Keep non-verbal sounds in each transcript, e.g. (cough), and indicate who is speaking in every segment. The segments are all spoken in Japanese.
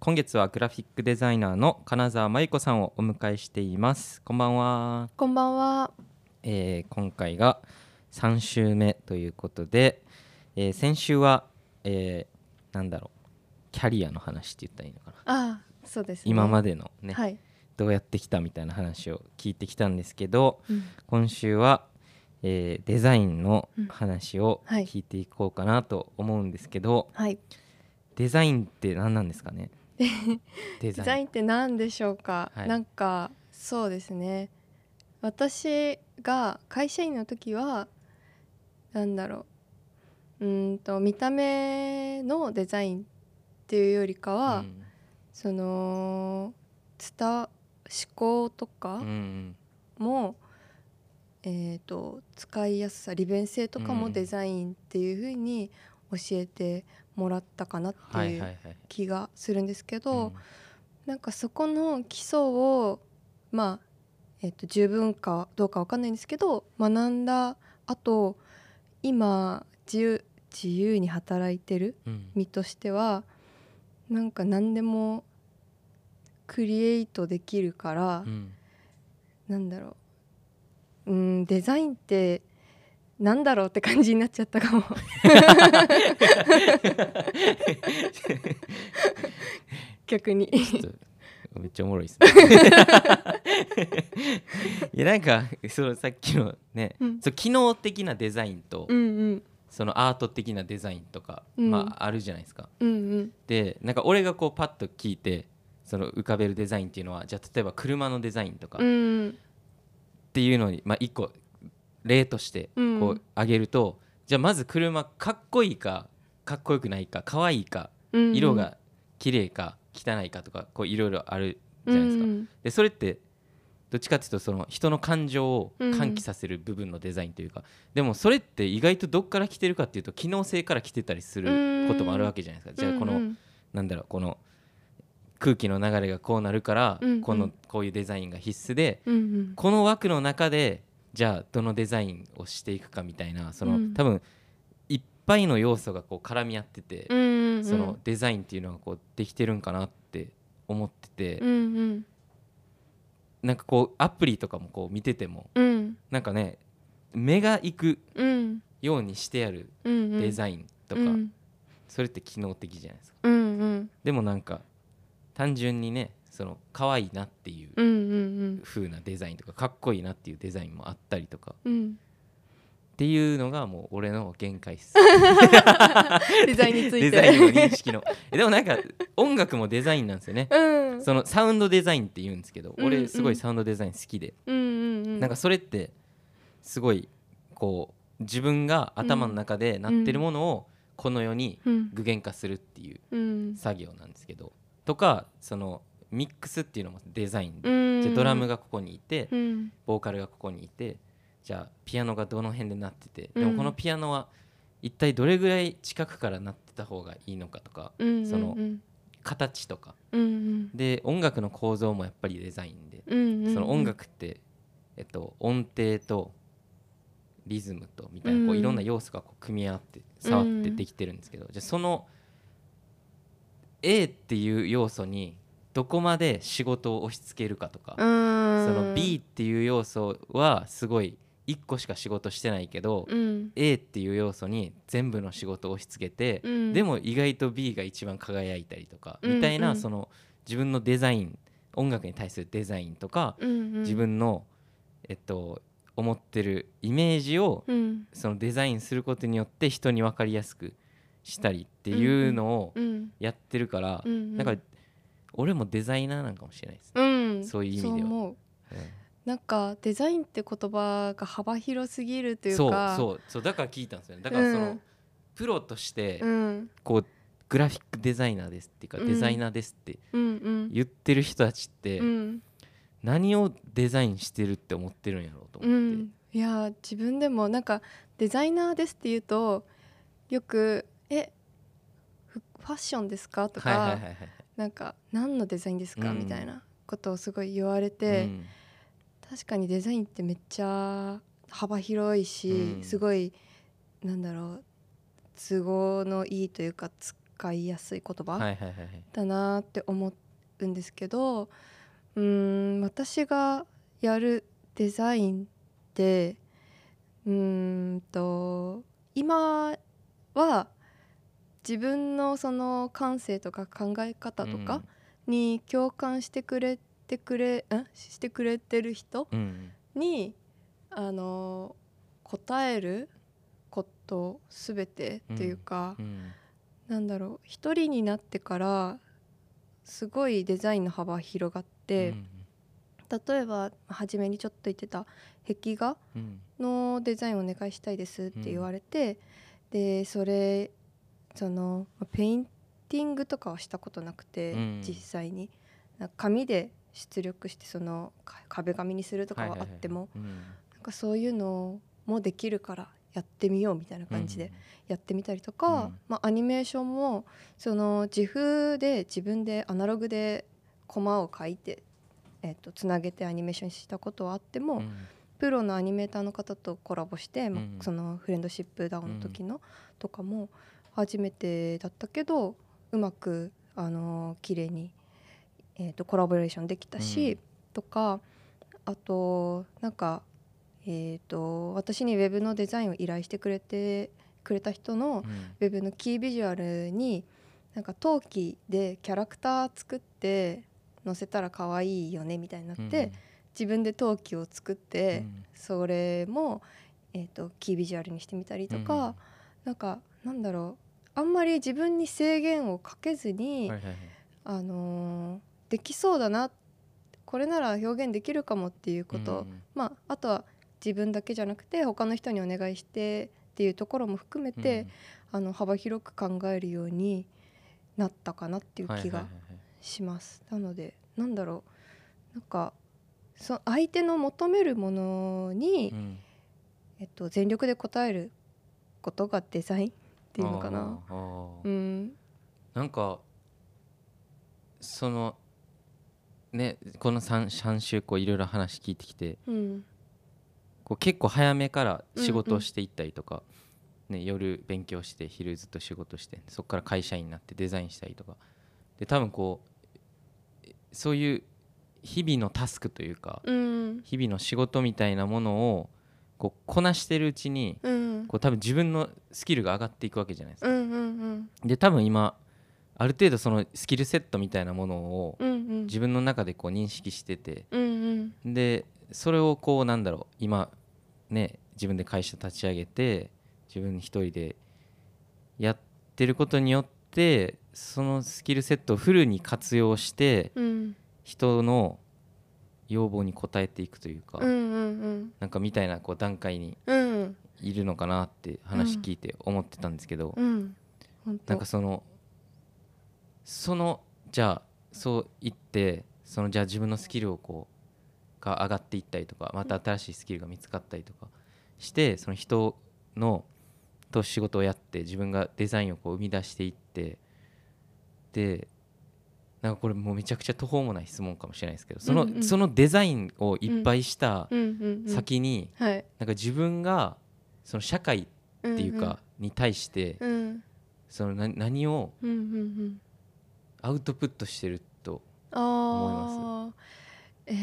Speaker 1: 今月はグラフィックデザイナーの金沢真由子さんをお迎えしていますこんばんは、
Speaker 2: こんばんは。
Speaker 1: えー今回が3週目ということで、えー先週は、えーなんだろうキャリアの話って言ったらいいのかな
Speaker 2: ああ、そうです、ね。
Speaker 1: 今ま
Speaker 2: で、
Speaker 1: でのね、
Speaker 2: はい。
Speaker 1: どうやってきたみたいな話を聞いてきたんですけど
Speaker 2: うん
Speaker 1: 今週は、えーデザインの話を
Speaker 2: うんはい
Speaker 1: 聞いていこうかなと思うんですけど、
Speaker 2: はい。
Speaker 1: デザインって何なんですか
Speaker 2: (laughs)
Speaker 1: ねデ
Speaker 2: デザインって何でしょうか。
Speaker 1: はい
Speaker 2: なんかそうですね。私が会社員の時はなんだろう。うーんと見た目のデザインっていうよりかは、
Speaker 1: うん
Speaker 2: その伝わ思考とか
Speaker 1: うん
Speaker 2: も、えー、と使いやすさ利便性とか
Speaker 1: う
Speaker 2: も
Speaker 1: ん
Speaker 2: デザインっていう風に教えてもらったかなって
Speaker 1: はい
Speaker 2: い
Speaker 1: はいうはい
Speaker 2: 気がするんですけど、
Speaker 1: うん
Speaker 2: なんかそこの基礎をまあ、えー、と十分かどうかわかんないんですけど学んだあと今自由自由に働いてる
Speaker 1: うん
Speaker 2: 身としてはなんか何でもクリエイトできるから。
Speaker 1: うん
Speaker 2: なんだろううんデザインってなんだろうって感じになっちゃっ
Speaker 1: (laughs)
Speaker 2: たかも逆に
Speaker 1: ちょっとめっちゃおもろいです
Speaker 2: (laughs)
Speaker 1: ねいやなんかそのさっきのね、
Speaker 2: うん
Speaker 1: そう機能的なデザインと、
Speaker 2: うんうん
Speaker 1: そのアート的なデザインとか、
Speaker 2: うん
Speaker 1: まああるじゃないですか
Speaker 2: うんうん
Speaker 1: でなんか俺がこうパッと聞いてその浮かべるデザインっていうのはじゃあ例えば車のデザインとか
Speaker 2: う
Speaker 1: っ
Speaker 2: ん
Speaker 1: ていうのに、まあ一個例として
Speaker 2: うん
Speaker 1: こう上げると、じゃあまず車かっこいいかかっこよくないか可愛いか
Speaker 2: うん
Speaker 1: 色が綺麗か汚いかとかこういろいろあるじゃないですか、
Speaker 2: うんうん
Speaker 1: でそれってどっちかっていうとその人の感情を喚起させる部分のデザインというか、でもそれって意外とどっから来てるかっていうと機能性から来てたりすることもあるわけじゃないですか、じゃあこの、
Speaker 2: うん
Speaker 1: なんだろうこの空気の流れがこうなるから、
Speaker 2: うんうん
Speaker 1: このこういうデザインが必須で
Speaker 2: うんうん
Speaker 1: この枠の中でじゃあどのデザインをしていくかみたいなその、
Speaker 2: うん
Speaker 1: 多分いっぱいの要素がこう絡み合ってて、
Speaker 2: うんうん
Speaker 1: そのデザインっていうのがこうできてるんかなって思ってて、
Speaker 2: うんうん
Speaker 1: なんかこうアプリとかもこう見てても
Speaker 2: うん
Speaker 1: なんかね目が行く
Speaker 2: うん
Speaker 1: ようにしてある
Speaker 2: うんうん
Speaker 1: デザインとか、
Speaker 2: うん
Speaker 1: それって機能的じゃないですか
Speaker 2: うんうん
Speaker 1: でもなんか単純にねその可愛いなっていう
Speaker 2: うんうん
Speaker 1: 風なデザインとかかっこいいなっていうデザインもあったりとか
Speaker 2: うん
Speaker 1: っていうのがもう俺の限界っす
Speaker 2: デザイン (laughs) について
Speaker 1: デザインの認識の (laughs) えでもなんか音楽もデザインなんですよね
Speaker 2: うん
Speaker 1: そのサウンドデザインって言うんですけど、
Speaker 2: うんう
Speaker 1: 俺
Speaker 2: ん
Speaker 1: すごいサウンドデザイン好きで、
Speaker 2: うんうんうん
Speaker 1: なんかそれってすごいこう自分が頭の中でなってるものをこの世に
Speaker 2: うん
Speaker 1: 具現化するっていう
Speaker 2: うん
Speaker 1: 作業なんですけどとかそのミックスっていうのもデザインで、
Speaker 2: じ
Speaker 1: じゃあドラム
Speaker 2: が
Speaker 1: がここにいて、
Speaker 2: うん
Speaker 1: ボーカルがここにいてじゃあピアノがどの辺で鳴ってて、
Speaker 2: うん
Speaker 1: でもこのピアノは一体どれぐらい近くから鳴ってた方がいいのかとか
Speaker 2: うん
Speaker 1: その
Speaker 2: うん
Speaker 1: 形とか
Speaker 2: うん
Speaker 1: で音楽の構造もやっぱりデザインで、
Speaker 2: うんうん
Speaker 1: その音楽って、えっと、音程とリズムとみたいなこ
Speaker 2: う
Speaker 1: うんいろんな要素がこう組み合って触って
Speaker 2: うん
Speaker 1: できてるんですけど、じゃあその A っていう要素にどこまで仕事を押し付けるかとか、
Speaker 2: そ
Speaker 1: その B っていう要素はすごい1個しか仕事してないけど、
Speaker 2: うん、
Speaker 1: A っていう要素に全部の仕事を押し付けて、
Speaker 2: うん
Speaker 1: でも意外と B が一番輝いたりとか、
Speaker 2: うん
Speaker 1: みたいな
Speaker 2: うん
Speaker 1: その自分のデザイン音楽に対するデザインとか、
Speaker 2: うんうん
Speaker 1: 自分の、えっと、思ってるイメージを
Speaker 2: うん
Speaker 1: そのデザインすることによって人に分かりやすくしたりっていうのを
Speaker 2: うん
Speaker 1: やってるから、
Speaker 2: うん
Speaker 1: なんか俺もデザイナーなんかもしれないですね。
Speaker 2: うん
Speaker 1: そういう意味では
Speaker 2: そ思うなんかデザインって言葉が幅広すぎるという
Speaker 1: そう
Speaker 2: か
Speaker 1: そうそうだから聞いたんですよねだからその、
Speaker 2: うん
Speaker 1: プロとして
Speaker 2: うん
Speaker 1: こうグラフィックデザイナーですっていうか、
Speaker 2: うん
Speaker 1: デザイナーですって
Speaker 2: うんうん
Speaker 1: 言ってる人たちって、
Speaker 2: うん
Speaker 1: 何をデザインしてるって思ってるんやろうと思
Speaker 2: う
Speaker 1: って、
Speaker 2: んいやー自分でもなんかデザイナーですって言うとよくえフファッションですかとか、
Speaker 1: はいはいはいはい
Speaker 2: なんか何のデザインですか、
Speaker 1: うん
Speaker 2: みたいなことをすごい言われて、
Speaker 1: うん
Speaker 2: 確かにデザインってめっちゃ幅広いし、
Speaker 1: うん
Speaker 2: すごいなんだろう都合のいいというかつ使いやすい言
Speaker 1: は
Speaker 2: 葉
Speaker 1: いはいはいはい
Speaker 2: だなって思うんですけどうーん私がやるデザインってうーんと今は自分のその感性とか考え方とかに共感してくれてくれんしてくれてる人
Speaker 1: うんうん
Speaker 2: にあの答えることすべてというか、
Speaker 1: うん
Speaker 2: なんだろう一人になってからすごいデザインの幅広がって、例えば初めにちょっと言ってた壁画
Speaker 1: うん
Speaker 2: のデザインお願いしたいですって言われて、でそれそのペインティングとかはしたことなくて、
Speaker 1: うん
Speaker 2: 実際になんか紙で出力してそのか壁紙にするとかはあっても、
Speaker 1: はいはいはい
Speaker 2: なんかそういうのもできるからやってみようみたいな
Speaker 1: うん
Speaker 2: 感じでやってみたりとか、
Speaker 1: うん
Speaker 2: まあ、アニメーションもその自負で自分でアナログでコマを書いて、えっとつなげてアニメーションしたことはあっても、
Speaker 1: うんうん
Speaker 2: プロのアニメーターの方とコラボして、まあ
Speaker 1: うん
Speaker 2: そのフレンドシップダウンの時の、とかも初めてだったけどうまくあの綺麗に、えー、とコラボレーションできたし、
Speaker 1: うん
Speaker 2: とかあとなんか、えー、と私にウェブのデザインを依頼してくれてくれた人
Speaker 1: うん
Speaker 2: のウェブのキービジュアルになんか陶器でキャラクター作って載せたら可愛いよねみたいになって、自分で陶器を作って。
Speaker 1: うん
Speaker 2: それも、えー、とキービジュアルにしてみたりとか、なんかなんだろうあんまり自分に制限をかけず
Speaker 1: う
Speaker 2: に、
Speaker 1: んはいはいはい
Speaker 2: あのーできそうだなこれなら表現できるかもっていうこと、
Speaker 1: うん
Speaker 2: まあ、あとは自分だけじゃなくて他の人にお願いしてっていうところも含めて、あの幅広く考えるようになったかなっていう
Speaker 1: はいはい
Speaker 2: 気
Speaker 1: はい
Speaker 2: がします。なのでなんだろうなんかそ相手の求めるものに、
Speaker 1: うん
Speaker 2: えっと、全力で答えることがデザインっていうのかな。
Speaker 1: あーあー
Speaker 2: うん、
Speaker 1: なんかそのねこの 3, 三週こういろいろ話聞いてきて
Speaker 2: うん、
Speaker 1: こう結構早めから仕事をしていったりとか、ね、夜勉強して昼ずっと仕事してそこから会社員になってデザインしたりとかで多分こうそういう日々のタスクというか
Speaker 2: うん、
Speaker 1: 日々の仕事みたいなものをこうこなしてるうちに
Speaker 2: うん、
Speaker 1: こう多分自分のスキルが上がっていくわけじゃないです
Speaker 2: う
Speaker 1: か。
Speaker 2: ん、うん、
Speaker 1: で多分今ある程度そのスキルセットみたいなものを
Speaker 2: うん、うん、
Speaker 1: 自分の中でこう認識してて
Speaker 2: うん、
Speaker 1: でそれをこうなんだろう今ね自分で会社立ち上げて自分一人でやってることによってそのスキルセットをフルに活用して
Speaker 2: うん、うん、
Speaker 1: 人の要望に応えていくというか、
Speaker 2: うん、うん、
Speaker 1: なんかみたいなこう段階に
Speaker 2: うん、
Speaker 1: いるのかなって話聞いて思ってたんですけど、
Speaker 2: うん、
Speaker 1: な
Speaker 2: 本
Speaker 1: ん
Speaker 2: 当
Speaker 1: か、そのそのじゃあそう言ってそのじゃあ自分のスキルをこうが上がっていったりとかまた新しいスキルが見つかったりとかしてその人のと仕事をやって自分がデザインをこう生み出していってでなんかこれもうめちゃくちゃ途方もない質問かもしれないですけどその,、
Speaker 2: うんうん
Speaker 1: そのデザインをいっぱいした
Speaker 2: うん、うん、うん、
Speaker 1: 先に、
Speaker 2: はい、っ
Speaker 1: なんか自分がその社会
Speaker 2: て
Speaker 1: っていうか、に対して、
Speaker 2: うん、
Speaker 1: そのな何を
Speaker 2: うん、うん、うん、
Speaker 1: アウトプットしてると
Speaker 2: ああ、え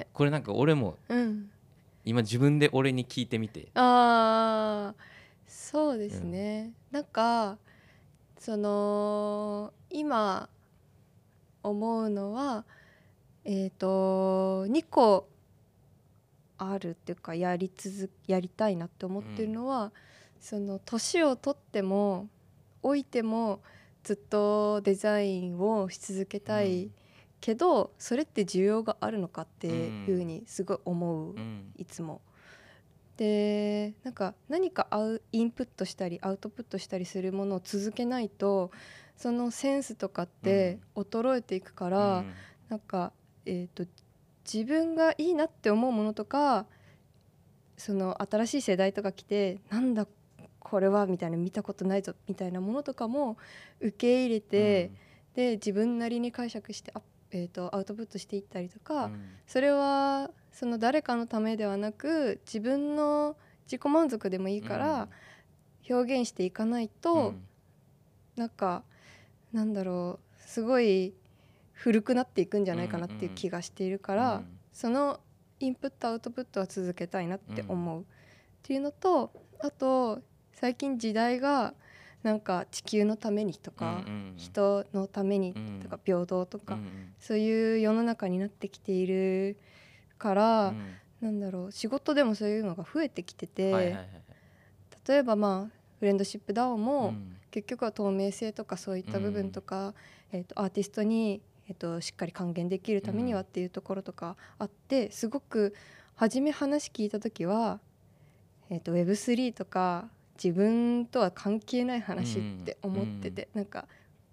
Speaker 2: え
Speaker 1: これなんか俺も
Speaker 2: ー、うん、
Speaker 1: 今自分で俺に聞いてみて
Speaker 2: あーそうですね、なんかその今思うのはえっ、と2個あるっていうかやり続やりたいなって思ってるのは、その年を取っても老いてもずっとデザインをし続けたい、けどそれって需要があるのかっていうふうにすごい思う
Speaker 1: うん
Speaker 2: いつも。でなんか何かアウインプットしたりアウトプットしたりするものを続けないとそのセンスとかって衰えていくから、
Speaker 1: うん
Speaker 2: なんか、えー、と自分がいいなって思うものとかその新しい世代とか来てなんだこれはみたいな見たことないぞみたいなものとかも受け入れて、で自分なりに解釈してあ、えー、とアウトプットしていったりと
Speaker 1: う
Speaker 2: か、
Speaker 1: ん
Speaker 2: それはその誰かのためではなく自分の自己満足でもいいから表現していかないと、
Speaker 1: うん
Speaker 2: なんかなんだろうすごい古くなっていくんじゃないかなっていう気がしているから、
Speaker 1: うん
Speaker 2: そのインプットアウトプットは続けたいなって思う、っていうのとあと最近時代がなんか地球のためにとか、
Speaker 1: うんうんうん
Speaker 2: 人のために
Speaker 1: うん
Speaker 2: とか平等とか、
Speaker 1: うんうん
Speaker 2: そういう世の中になってきているから、なんだろう仕事でもそういうのが増えてきて
Speaker 1: う
Speaker 2: て、
Speaker 1: んはいはいはいはい
Speaker 2: 例えばまあフレンドシップ DAO
Speaker 1: う
Speaker 2: も、
Speaker 1: ん
Speaker 2: 結局は透明性とかそういった部分とか、えー、とアーティストに、えー、としっかり還元できるためには
Speaker 1: う
Speaker 2: っ
Speaker 1: ん
Speaker 2: ていうところとかあってすごく初め話聞いた時は、えー、と Web3 とか自分とは関係ない話って思ってて、なんか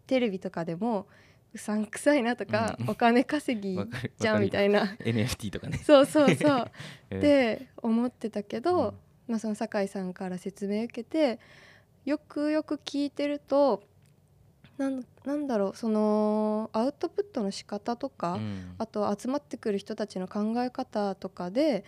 Speaker 2: テレビとかでもうさんくさいなとか、
Speaker 1: うん
Speaker 2: お金稼ぎ
Speaker 1: わかる
Speaker 2: じゃんみたいな
Speaker 1: NFT とかね。
Speaker 2: そうそうそう
Speaker 1: (laughs) えー
Speaker 2: って思ってたけ
Speaker 1: う
Speaker 2: ど、
Speaker 1: ん
Speaker 2: まあ、その酒井さんから説明受けてよくよく聞いてるとなんなんだろうそのアウトプットの仕方とか、
Speaker 1: うん
Speaker 2: あと集まってくる人たちの考え方とかで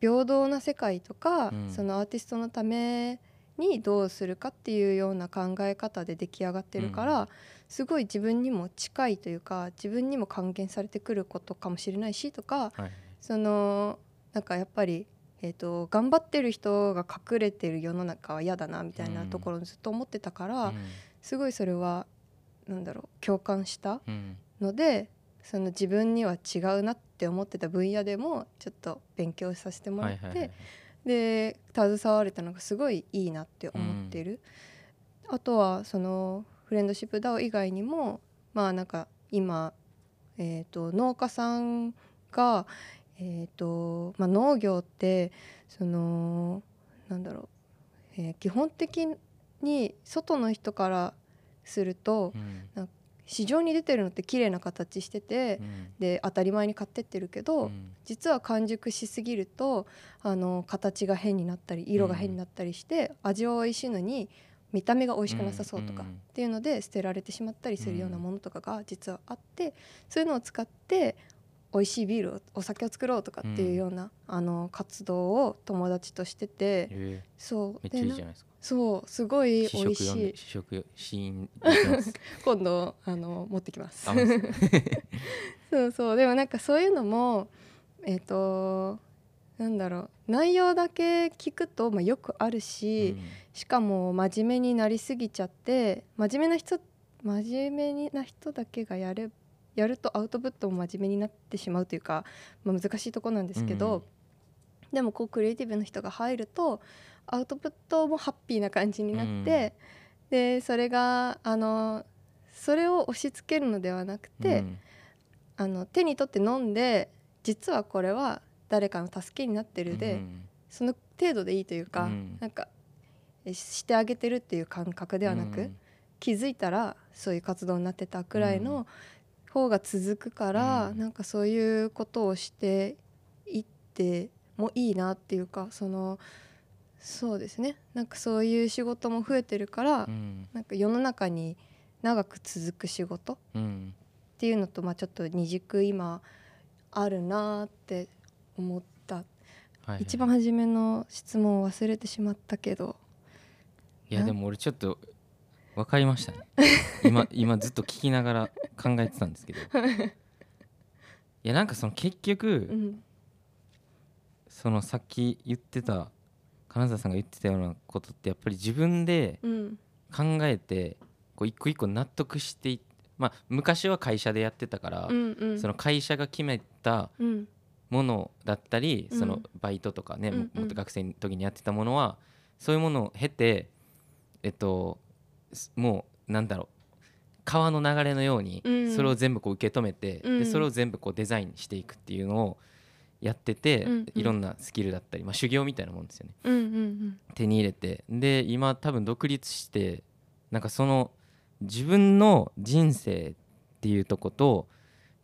Speaker 2: 平等な世界とか、
Speaker 1: うん
Speaker 2: そのアーティストのためにどうするかっていうような考え方で出来上がってるから、すごい自分にも近いというか自分にも還元されてくることかもしれないしとか
Speaker 1: はい
Speaker 2: そのなんかやっぱり、えー、と頑張ってる人が隠れてる世の中は嫌だなみたいなところをずっと思ってたから、すごいそれはなんだろう共感した
Speaker 1: うんうん
Speaker 2: のでその自分には違うなって思ってた分野でもちょっと勉強させてもら
Speaker 1: は
Speaker 2: っ
Speaker 1: い
Speaker 2: て、
Speaker 1: はいはい
Speaker 2: で携われたのがすごいいいなって思ってる、あとはそのフレンドシップ DAO 以外にもまあなんか今、えー、と農家さんが、えーとまあ、農業ってそのなんだろう、えー基本的に外の人からすると
Speaker 1: うん
Speaker 2: 市場に出てるのって綺麗な形してて、
Speaker 1: うん
Speaker 2: で当たり前に買ってってるけど、
Speaker 1: うん
Speaker 2: 実は完熟しすぎるとあの形が変になったり色が変になったりして、味は美味しいのに見た目が美味しくなさそうとか、
Speaker 1: うんうん
Speaker 2: っていうので捨てられてしまったりするようなものとかが実はあって、そういうのを使って美味しいビールをお酒を作ろうとかっていうような、あの活動を友達としてて
Speaker 1: え
Speaker 2: そ
Speaker 1: ーめ
Speaker 2: う
Speaker 1: っちゃいいじゃ
Speaker 2: な
Speaker 1: ないですか。
Speaker 2: そうすごい
Speaker 1: 試
Speaker 2: 美味
Speaker 1: 食読
Speaker 2: し
Speaker 1: んで
Speaker 2: い
Speaker 1: 試食シーンできます。
Speaker 2: 今度あの持ってきます
Speaker 1: あ。マジっすか
Speaker 2: そうそうでもなんかそういうのもえっ、となんだろう内容だけ聞くと、まあ、よくあるし、
Speaker 1: うん
Speaker 2: しかも真面目になりすぎちゃって真面目な人真面目な人だけがやるやるとアウトプットも真面目になってしまうというか、まあ、難しいとこなんですけど、でもこうクリエイティブの人が入るとアウトプットもハッピーな感じになって、でそれがあのそれを押し付けるのではなくて、
Speaker 1: うん
Speaker 2: あの手に取って飲んで実はこれは誰かの助けになってるで、
Speaker 1: うん
Speaker 2: その程度でいいというか、
Speaker 1: うん
Speaker 2: なんかえししてあげてるっていう感覚ではな
Speaker 1: う
Speaker 2: く、
Speaker 1: ん
Speaker 2: 気づいたらそういう活動になってたくらいの方が続くから、
Speaker 1: うん
Speaker 2: なんかそういうことをしていってもいいなっていうかそのそうですねなんかそういう仕事も増えてるから、
Speaker 1: うん
Speaker 2: なんか世の中に長く続く仕事
Speaker 1: うん
Speaker 2: っていうのと、まあ、ちょっと二軸今あるなーって思った、
Speaker 1: はいはい
Speaker 2: 一番初めの質問を忘れてしまったけど
Speaker 1: いやでも俺ちょっと分かりました
Speaker 2: (laughs)
Speaker 1: ね今今ずっと聞きながら考えてたんですけどい
Speaker 2: (laughs)
Speaker 1: やなんかその結局、
Speaker 2: うん
Speaker 1: そのさっき言ってた金沢さんが言ってたようなことってやっぱり自分で
Speaker 2: うん
Speaker 1: 考えてこう一個一個納得していまあ昔は会社でやってたから、
Speaker 2: うんうん
Speaker 1: その会社が決めた
Speaker 2: うん
Speaker 1: ものだったり、
Speaker 2: うん
Speaker 1: そのバイトとかね、
Speaker 2: うんうん
Speaker 1: もっと学生の時にやってたものはそういうものを経てえっとすもうなんだろう川の流れのように
Speaker 2: うん
Speaker 1: それを全部こう受け止めて、
Speaker 2: うん
Speaker 1: でそれを全部こうデザインしていくっていうのをやってて、
Speaker 2: うんうん
Speaker 1: いろんなスキルだったり、まあ、修行みたいなもんですよね
Speaker 2: うんうん
Speaker 1: 手に入れてで今多分独立してなんかその自分の人生っていうとこと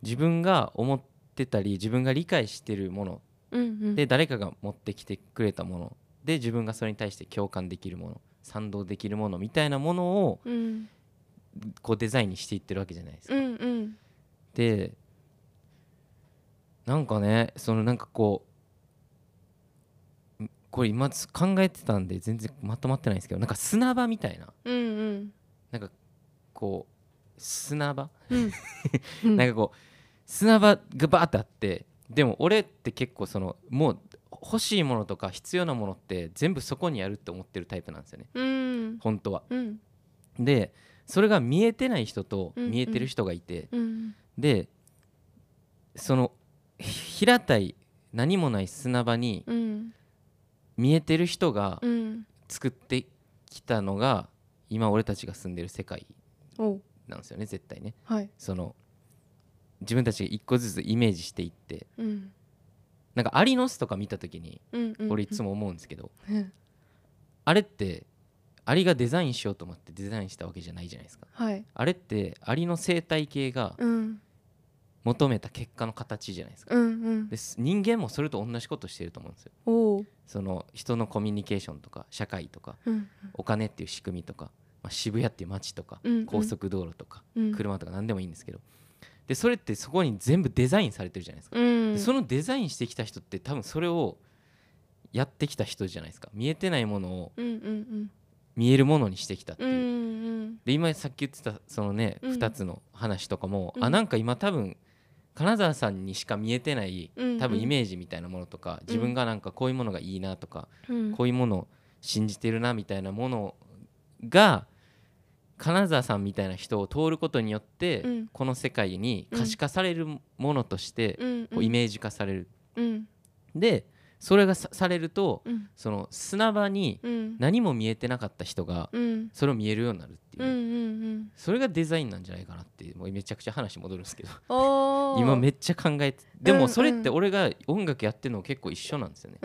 Speaker 1: 自分が思ってたり自分が理解してるもの
Speaker 2: うんうんうん
Speaker 1: で誰かが持ってきてくれたもので自分がそれに対して共感できるもの賛同できるものみたいなものを
Speaker 2: うん
Speaker 1: こうデザインにしていってるわけじゃないですか。
Speaker 2: うんうん
Speaker 1: でなんかねそのなんかこうんこれ今つ考えてたんで全然まとまってないんですけどなんか砂場みたいな
Speaker 2: うんうん
Speaker 1: なんかこう砂場、
Speaker 2: うんうん
Speaker 1: (laughs) なんかこう砂場がバーってあってでも俺って結構そのもう欲しいものとか必要なものって全部そこにあるって思ってるタイプなんですよね
Speaker 2: うん
Speaker 1: 本当は。
Speaker 2: うん
Speaker 1: でそれが見えてない人と
Speaker 2: うんうん
Speaker 1: 見えてる人がいて、
Speaker 2: うん
Speaker 1: でそのひ平たい何もない砂場に
Speaker 2: うん
Speaker 1: 見えてる人が
Speaker 2: うん
Speaker 1: 作ってきたのが今俺たちが住んでる世界
Speaker 2: おう
Speaker 1: なんですよね絶対ね。
Speaker 2: はい
Speaker 1: その自分たちが一個ずつイメージしていって
Speaker 2: うん
Speaker 1: なんかアリの巣とか見た時に
Speaker 2: うんうん
Speaker 1: 俺いつも思うんですけど、
Speaker 2: うん
Speaker 1: あれってアリがデザインしようと思ってデザインしたわけじゃないじゃないですか
Speaker 2: はい
Speaker 1: あれってアリの生態系が
Speaker 2: うん
Speaker 1: 求めた結果の形じゃないですか、
Speaker 2: うんうん
Speaker 1: です人間もそれと同じことしてると思うんですよ
Speaker 2: おう
Speaker 1: その人のコミュニケーションとか社会とか
Speaker 2: うん
Speaker 1: お金っていう仕組みとか、まあ、渋谷っていう街とか、
Speaker 2: うんうん
Speaker 1: 高速道路とか
Speaker 2: うん
Speaker 1: 車とか何でもいいんですけどでそれってそこに全部デザインされてるじゃないですか、
Speaker 2: うん
Speaker 1: でそのデザインしてきた人って多分それをやってきた人じゃないですか見えてないものを
Speaker 2: うんうん
Speaker 1: 見えるものにしてきたって
Speaker 2: う
Speaker 1: いう、
Speaker 2: んうん
Speaker 1: で今さっき言ってたそのね、
Speaker 2: うん
Speaker 1: 2つの話とかも、
Speaker 2: うん
Speaker 1: あなんか今多分金沢さんにしか見えてない
Speaker 2: うん
Speaker 1: 多分イメージみたいなものとか、自分がなんかこういうものがいいなとか、
Speaker 2: うん
Speaker 1: こういうものを信じてるなみたいなものが金沢さんみたいな人を通ることによって、
Speaker 2: うん
Speaker 1: この世界に可視化されるものとして、こうイメージ化される
Speaker 2: うん
Speaker 1: でそれがさされると
Speaker 2: うん
Speaker 1: その砂場に
Speaker 2: うん
Speaker 1: 何も見えてなかった人が
Speaker 2: うん
Speaker 1: それを見えるようになるっていう
Speaker 2: うんう
Speaker 1: ね、
Speaker 2: んうん
Speaker 1: それがデザインなんじゃないかなってもうめちゃくちゃ話戻るんですけど
Speaker 2: お
Speaker 1: 今め
Speaker 2: っ
Speaker 1: っちゃ考えてで
Speaker 2: うんう
Speaker 1: も
Speaker 2: ん
Speaker 1: それって俺が音楽やってるの結構一緒なんですよね、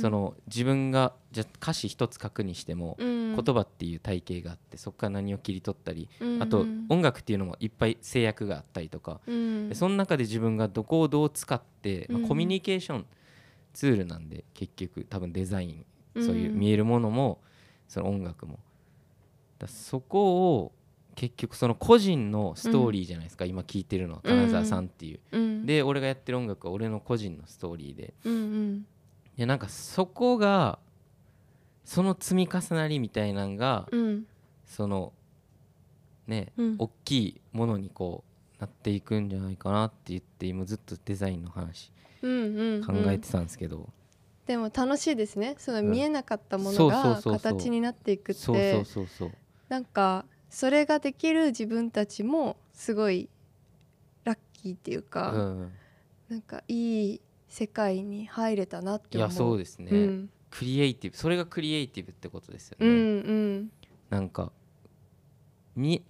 Speaker 1: その自分がじゃあ歌詞一つ書くにしても、
Speaker 2: 言
Speaker 1: 言葉っていう体系があってそこから何を切り取ったり、あ
Speaker 2: う
Speaker 1: と
Speaker 2: ん
Speaker 1: 音楽っていうのもいっぱい制約があったりとか、
Speaker 2: うん
Speaker 1: でその中で自分がどこをどう使って、まあ
Speaker 2: うん
Speaker 1: コミュニケーションツールなんで結局多分デザイン
Speaker 2: ん
Speaker 1: そういう見えるものもその音楽もだそこを結局その個人のストーリーじゃないですか、今聴いてるのは金沢さんっていう、
Speaker 2: うん
Speaker 1: で俺がやってる音楽は俺の個人のストーリーで
Speaker 2: うん
Speaker 1: でなんかそこがその積み重なりみたいなんが、
Speaker 2: うんうん
Speaker 1: そのね、
Speaker 2: うん
Speaker 1: 大きいものにこうなっていくんじゃないかなって言って今ずっとデザインの話
Speaker 2: うんうん
Speaker 1: 考えてたんですけど、
Speaker 2: でも楽しいですねその
Speaker 1: うん
Speaker 2: 見えなかったも
Speaker 1: そ
Speaker 2: の
Speaker 1: うそうそ
Speaker 2: が
Speaker 1: うそう
Speaker 2: 形になっていくっ
Speaker 1: そうそ
Speaker 2: て
Speaker 1: うそうそう
Speaker 2: なんかそれができる自分たちもすごいラッキーっていう
Speaker 1: う
Speaker 2: か
Speaker 1: ん
Speaker 2: なんかいい世界に入れたなって
Speaker 1: い
Speaker 2: 思う
Speaker 1: やそう
Speaker 2: で
Speaker 1: ですね、
Speaker 2: うん
Speaker 1: クリエイティブそれがクリエイティブってことですよ
Speaker 2: う
Speaker 1: ね、
Speaker 2: んうん
Speaker 1: なんかに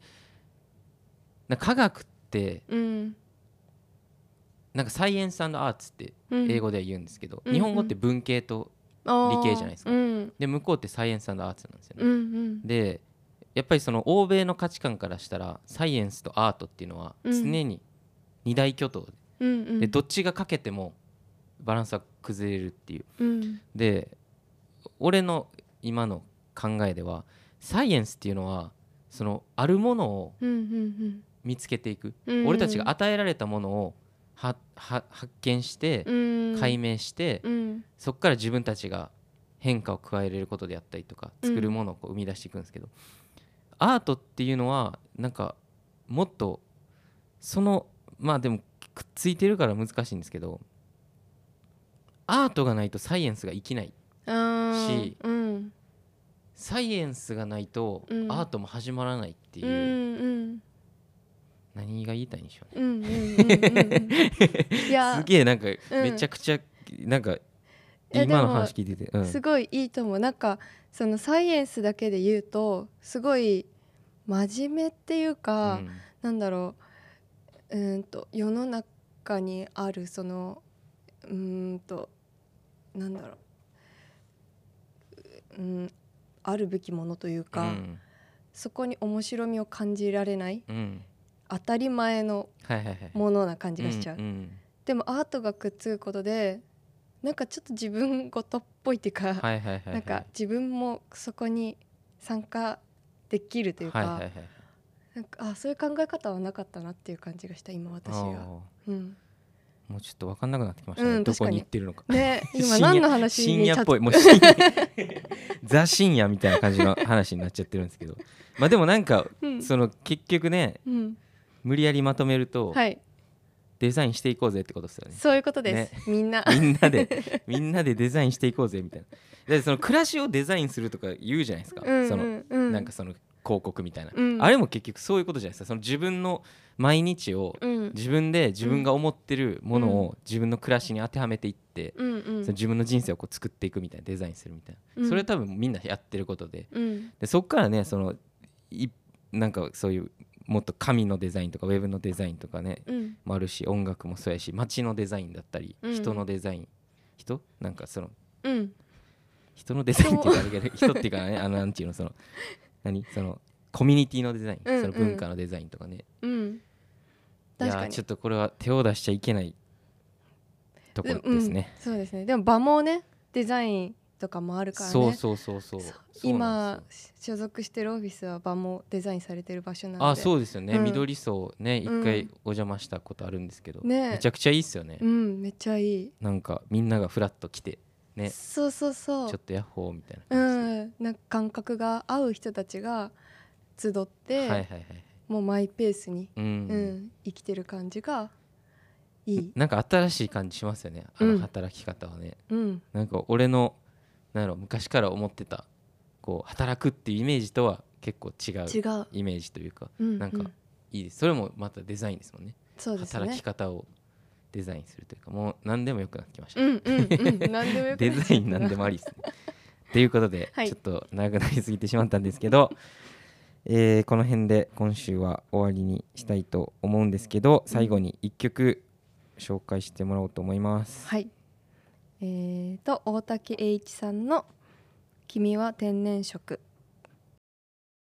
Speaker 1: なんか科学って
Speaker 2: うん
Speaker 1: なんかサイエンスアーツって
Speaker 2: うん
Speaker 1: 英語では言うんですけど、
Speaker 2: うん
Speaker 1: 日本語って文系と
Speaker 2: 理
Speaker 1: 系じゃないですか
Speaker 2: うん
Speaker 1: で向こうってサイエンスアーツなんですよね、
Speaker 2: うんうん
Speaker 1: でやっぱりその欧米の価値観からしたらサイエンスとアートっていうのは
Speaker 2: うん
Speaker 1: 常に二大巨頭
Speaker 2: うんうん
Speaker 1: でどっちが欠けてもバランスは崩れるっていう
Speaker 2: うん
Speaker 1: で俺の今の考えではサイエンスっていうのはそのあるものを
Speaker 2: うんうん
Speaker 1: 見つけていく
Speaker 2: うん
Speaker 1: 俺たちが与えられたものをはは発見して
Speaker 2: うん
Speaker 1: 解明して
Speaker 2: うん
Speaker 1: そこから自分たちが変化を加えれることであったりとか
Speaker 2: うん
Speaker 1: 作るものをこう生み出していくんですけど、アートっていうのはなんかもっとそのまあでもくっついてるから難しいんですけどアートがないとサイエンスが生きない
Speaker 2: あー
Speaker 1: し
Speaker 2: うん
Speaker 1: サイエンスがないと
Speaker 2: うん
Speaker 1: アートも始まらないっていう
Speaker 2: う、んうん
Speaker 1: 何が言いたいんでしょう
Speaker 2: う
Speaker 1: ね。
Speaker 2: んうんうんうんうんいや
Speaker 1: すげえなんか
Speaker 2: うん
Speaker 1: めちゃくちゃ、なんか
Speaker 2: や
Speaker 1: 今
Speaker 2: で
Speaker 1: の
Speaker 2: も
Speaker 1: 話聞いてて、うん
Speaker 2: すごいいいと思うなんかそのサイエンスだけで言うとすごい真面目っていう
Speaker 1: う
Speaker 2: か、
Speaker 1: ん
Speaker 2: なんだろううーんと世の中にあるそのうーんとなんだろうううんあるべきものというか、
Speaker 1: うん
Speaker 2: そこに面白みを感じられない
Speaker 1: うん
Speaker 2: 当たり前の
Speaker 1: はいはいはい。
Speaker 2: ものな感じがしちゃう、
Speaker 1: んん
Speaker 2: でもアートがくっつくことでなんかちょっと自分ごとっぽいっていうか、
Speaker 1: はいはいはいはい。
Speaker 2: なんか自分もそこに参加できるというか,、
Speaker 1: はいはいはい、
Speaker 2: なんかあそういう考え方はなかったなっていう感じがした今私
Speaker 1: あ
Speaker 2: が、
Speaker 1: ー
Speaker 2: うん、
Speaker 1: もうちょっと分かんなくなってきましたね、
Speaker 2: うん
Speaker 1: どこ
Speaker 2: 確か
Speaker 1: に
Speaker 2: に
Speaker 1: 行ってるのか (laughs)
Speaker 2: ね今
Speaker 1: 深夜
Speaker 2: 何の話
Speaker 1: 深
Speaker 2: に
Speaker 1: 夜っぽい
Speaker 2: ちゃ
Speaker 1: もう深夜 (laughs) ザ深夜みたいな感じの話になっちゃってるんですけどまあでもなんか
Speaker 2: うん
Speaker 1: その結局ね
Speaker 2: うん、
Speaker 1: 無理やりまとめると
Speaker 2: はい
Speaker 1: デザインしていこうぜってことですよね、
Speaker 2: そういうことです、みんな
Speaker 1: みんなでみんなでデザインしていこうぜみたいなだってその暮らしをデザインするとか言うじゃないですか、
Speaker 2: (laughs) うん
Speaker 1: そうの
Speaker 2: んうん
Speaker 1: なんかその広告みたいな、
Speaker 2: うん
Speaker 1: あれも結局そういうことじゃないですかその自分の毎日を
Speaker 2: うん
Speaker 1: 自分で自分が思ってるものを自分の暮らしに当てはめていって、
Speaker 2: うんう
Speaker 1: その
Speaker 2: ん
Speaker 1: 自分の人生をこう作っていくみたいなデザインするみたいな、
Speaker 2: うん
Speaker 1: それは多分みんなやってることで
Speaker 2: うん
Speaker 1: でそっからねそのいなんかそういうもっと紙のデザインとかウェブのデザインとかね
Speaker 2: うん
Speaker 1: もあるし音楽もそうやし街のデザインだったり、
Speaker 2: うん
Speaker 1: 人のデザイン人なんかその
Speaker 2: うん
Speaker 1: 人のデザインって言われ
Speaker 2: (laughs)
Speaker 1: る人っていうかねあのなんていうのその何そのコミュニティのデザイン、
Speaker 2: うん
Speaker 1: その文化のデザインとかね
Speaker 2: うん
Speaker 1: い
Speaker 2: 確
Speaker 1: や
Speaker 2: か
Speaker 1: ー
Speaker 2: に
Speaker 1: ちょっとこれは手を出しちゃいけないとこですね、
Speaker 2: うん、そうですねでも場もねデザインとかもあるからね
Speaker 1: そうそうそうそう
Speaker 2: そう
Speaker 1: そうなん
Speaker 2: 今
Speaker 1: ですよ
Speaker 2: 所属してるオフィスは場もデザインされてる場所なんで
Speaker 1: あ
Speaker 2: う
Speaker 1: そうですよね、
Speaker 2: うん
Speaker 1: 緑層ね一
Speaker 2: う
Speaker 1: 回
Speaker 2: ん
Speaker 1: お邪魔したことあるんですけど、
Speaker 2: ねえ
Speaker 1: めちゃくちゃいいっすよね、
Speaker 2: んめっちゃいい、
Speaker 1: なんかみんながフラッと来てねち
Speaker 2: そうそうそ
Speaker 1: ょ
Speaker 2: う
Speaker 1: っとヤッホーみたいな
Speaker 2: う
Speaker 1: 感じ
Speaker 2: んなんか感覚が合う人たちが集っ
Speaker 1: で、
Speaker 2: て、
Speaker 1: はいはいはい
Speaker 2: もうマイペースに、
Speaker 1: うん、
Speaker 2: うん生きてる感じがいい、
Speaker 1: なんか新しい感じしますよねあ
Speaker 2: う
Speaker 1: の
Speaker 2: ん
Speaker 1: 働き方はね、
Speaker 2: うん、
Speaker 1: なんか俺のなんやろ昔から思ってたこう働くっていうイメージとは結構違
Speaker 2: 違
Speaker 1: う
Speaker 2: う、
Speaker 1: イメージというか
Speaker 2: うん、
Speaker 1: なんか
Speaker 2: う
Speaker 1: いいですそれもまたデザインですもんね
Speaker 2: そうです
Speaker 1: 働
Speaker 2: ね
Speaker 1: き方をデザインするというかもう何でもよくなってきました、
Speaker 2: うん
Speaker 1: (laughs)
Speaker 2: うんうん (laughs) 何でもよく
Speaker 1: デザイン何でもありですね。ということで、
Speaker 2: はい
Speaker 1: ちょっと長くなりすぎてしまったんですけど、えーこの辺で今週は終わりにしたいと思うんですけど最後に1曲紹介してもらおうと思います。
Speaker 2: はい。えー、と大竹栄一さんの「君は天然色」